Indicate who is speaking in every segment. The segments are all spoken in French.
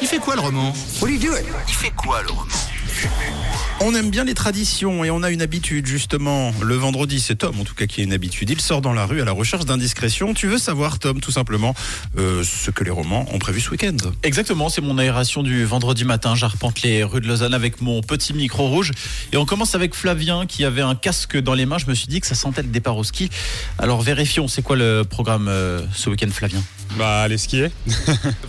Speaker 1: Il fait quoi le roman Il fait quoi le roman
Speaker 2: On aime bien les traditions et on a une habitude justement. Le vendredi, c'est Tom en tout cas qui a une habitude. Il sort dans la rue à la recherche d'indiscrétions. Tu veux savoir, Tom, tout simplement, euh, ce que les romans ont prévu ce week-end.
Speaker 3: Exactement, c'est mon aération du vendredi matin. J'arpente les rues de Lausanne avec mon petit micro rouge. Et on commence avec Flavien qui avait un casque dans les mains. Je me suis dit que ça sentait le départ au ski. Alors vérifions, c'est quoi le programme euh, ce week-end, Flavien
Speaker 4: Bah, aller skier.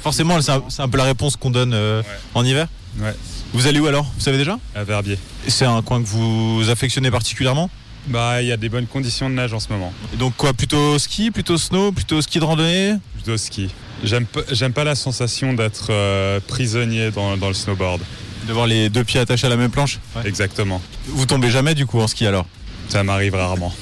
Speaker 5: Forcément, c'est un, c'est un peu la réponse qu'on donne euh, en hiver.
Speaker 4: Ouais.
Speaker 5: Vous allez où alors Vous savez déjà
Speaker 4: À Verbier.
Speaker 5: C'est un coin que vous affectionnez particulièrement
Speaker 4: Bah, il y a des bonnes conditions de nage en ce moment.
Speaker 5: Et Donc quoi Plutôt ski, plutôt snow, plutôt ski de randonnée
Speaker 4: Plutôt ski. J'aime pas, j'aime pas la sensation d'être euh, prisonnier dans, dans le snowboard.
Speaker 5: D'avoir les deux pieds attachés à la même planche
Speaker 4: Exactement.
Speaker 5: Vous tombez jamais du coup en ski alors
Speaker 4: Ça m'arrive rarement.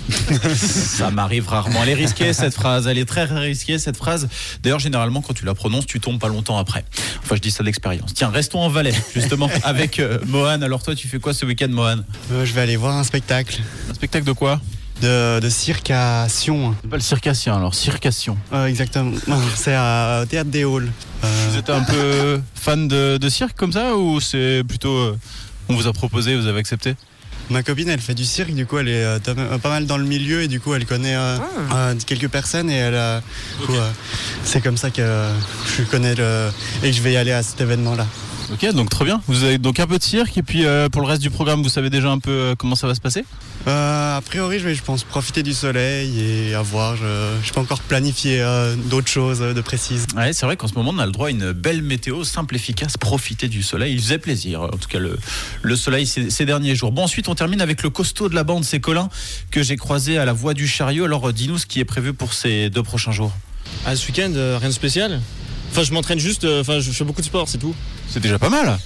Speaker 3: Ça m'arrive rarement. Elle est risquée cette phrase. Elle est très très risquée cette phrase. D'ailleurs, généralement, quand tu la prononces, tu tombes pas longtemps après. Enfin, je dis ça d'expérience. Tiens, restons en Valais, justement, avec euh, Mohan. Alors, toi, tu fais quoi ce week-end, Mohan
Speaker 6: Euh, je vais aller voir un spectacle
Speaker 3: Un spectacle de quoi
Speaker 6: de, de cirque à Sion.
Speaker 3: Pas le circassien, alors, circassien.
Speaker 6: Euh, exactement. Non, C'est à- au Théâtre des Halles. Euh,
Speaker 5: Vous êtes un peu fan de, de cirque comme ça ou c'est plutôt euh, on vous a proposé, vous avez accepté
Speaker 6: ma copine, elle fait du cirque, du coup, elle est euh, tam- euh, pas mal dans le milieu et du coup, elle connaît euh, euh, quelques personnes et elle. euh, du coup, euh, C'est comme ça que euh, je connais le. et que je vais y aller à cet événement-là.
Speaker 5: Ok, donc trop bien. Vous avez donc un peu de cirque et puis euh, pour le reste du programme, vous savez déjà un peu euh, comment ça va se passer
Speaker 6: Euh, a priori, je vais, je pense, profiter du soleil et à voir. Je, je peux encore planifier euh, d'autres choses euh, de précises.
Speaker 3: Ouais, c'est vrai qu'en ce moment, on a le droit à une belle météo, simple, efficace, profiter du soleil. Il faisait plaisir, en tout cas, le, le soleil ces, ces derniers jours. Bon, ensuite, on termine avec le costaud de la bande, c'est Colin, que j'ai croisé à la voie du chariot. Alors, euh, dis-nous ce qui est prévu pour ces deux prochains jours.
Speaker 7: Ah, ce week-end, euh, rien de spécial. Enfin, je m'entraîne juste, euh, enfin, je fais beaucoup de sport, c'est tout.
Speaker 5: C'est déjà pas mal.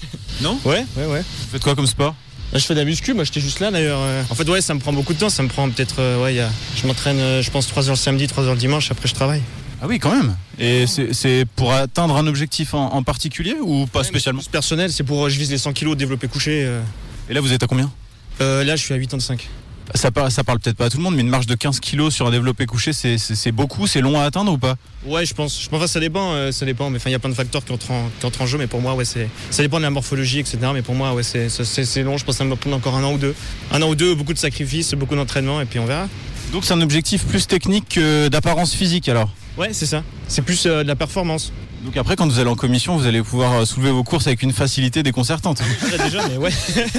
Speaker 7: Ouais, ouais, ouais.
Speaker 5: Vous faites quoi comme sport
Speaker 7: Là, je fais de la muscu, moi, j'étais juste là d'ailleurs. euh. En fait, ouais, ça me prend beaucoup de temps, ça me prend peut-être, euh, ouais, il y a- je m'entraîne, euh, je pense, 3 heures le samedi, 3 heures le dimanche, après je travaille.
Speaker 5: Ah oui, quand même. Et c'est c'est pour atteindre un objectif en, en particulier ou pas spécialement
Speaker 7: Plus personnel, c'est pour, euh, je vise les 100 kilos, développé couché. euh.
Speaker 5: Et là, vous êtes à combien
Speaker 7: Euh, là, je suis à 85.
Speaker 5: ça, par- ça parle peut-être pas à tout le monde, mais une marge de 15 kilos sur un développé couché, c'est- c'est c'est beaucoup, c'est long à atteindre ou pas
Speaker 7: Ouais, je pense. Je pense, enfin, ça dépend, euh, ça dépend. Mais enfin, il y a plein de facteurs qui entrent, en, qui entrent en jeu, mais pour moi, ouais, c'est, ça dépend de la morphologie, etc. Mais pour moi, ouais, c'est, ça- c'est, c'est long. Je pense que ça me prendre encore un an ou deux. Un an ou deux, beaucoup de sacrifices, beaucoup d'entraînement, et puis on verra.
Speaker 5: Donc c'est un objectif plus technique que d'apparence physique alors.
Speaker 7: Ouais, c'est ça. C'est plus euh, de la performance.
Speaker 5: Donc après, quand vous allez en commission, vous allez pouvoir euh, soulever vos courses avec une facilité déconcertante.
Speaker 7: Là, déjà, mais ouais.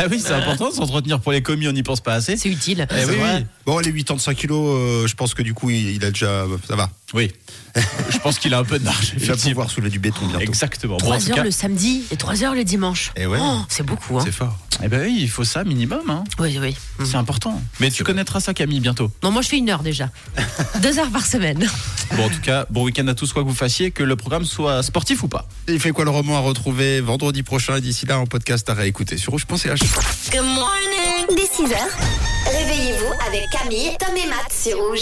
Speaker 3: Ah oui, c'est important de s'entretenir pour les commis, on n'y pense pas assez.
Speaker 8: C'est utile.
Speaker 3: Eh oui, oui.
Speaker 2: Bon, les 85 kilos, euh, je pense que du coup, il, il a déjà. Ça va.
Speaker 3: Oui. Je pense qu'il a un peu de marge,
Speaker 2: Il va
Speaker 3: effectivement.
Speaker 2: pouvoir soulever du béton bientôt.
Speaker 3: Exactement. Bon, en
Speaker 8: 3
Speaker 3: tout
Speaker 8: heures
Speaker 3: cas,
Speaker 8: le samedi et 3 heures le dimanche.
Speaker 2: Eh ouais.
Speaker 8: Oh, c'est beaucoup, hein.
Speaker 2: C'est fort.
Speaker 3: eh ben oui, il faut ça minimum. hein.
Speaker 8: Oui, oui. Mm.
Speaker 3: C'est important. Mais tu connaîtras ça, Camille, bientôt.
Speaker 8: Non, moi je fais une heure déjà. Deux heures par semaine.
Speaker 3: Bon, en tout cas, bon week-end à tous, quoi que vous fassiez, que le programme soit sportif ou pas.
Speaker 2: Il fait quoi le roman à retrouver vendredi prochain et d'ici là, en podcast à réécouter sur rouge.ch.
Speaker 9: Dès 6h, réveillez-vous avec Camille, Tom et Matt sur Rouge.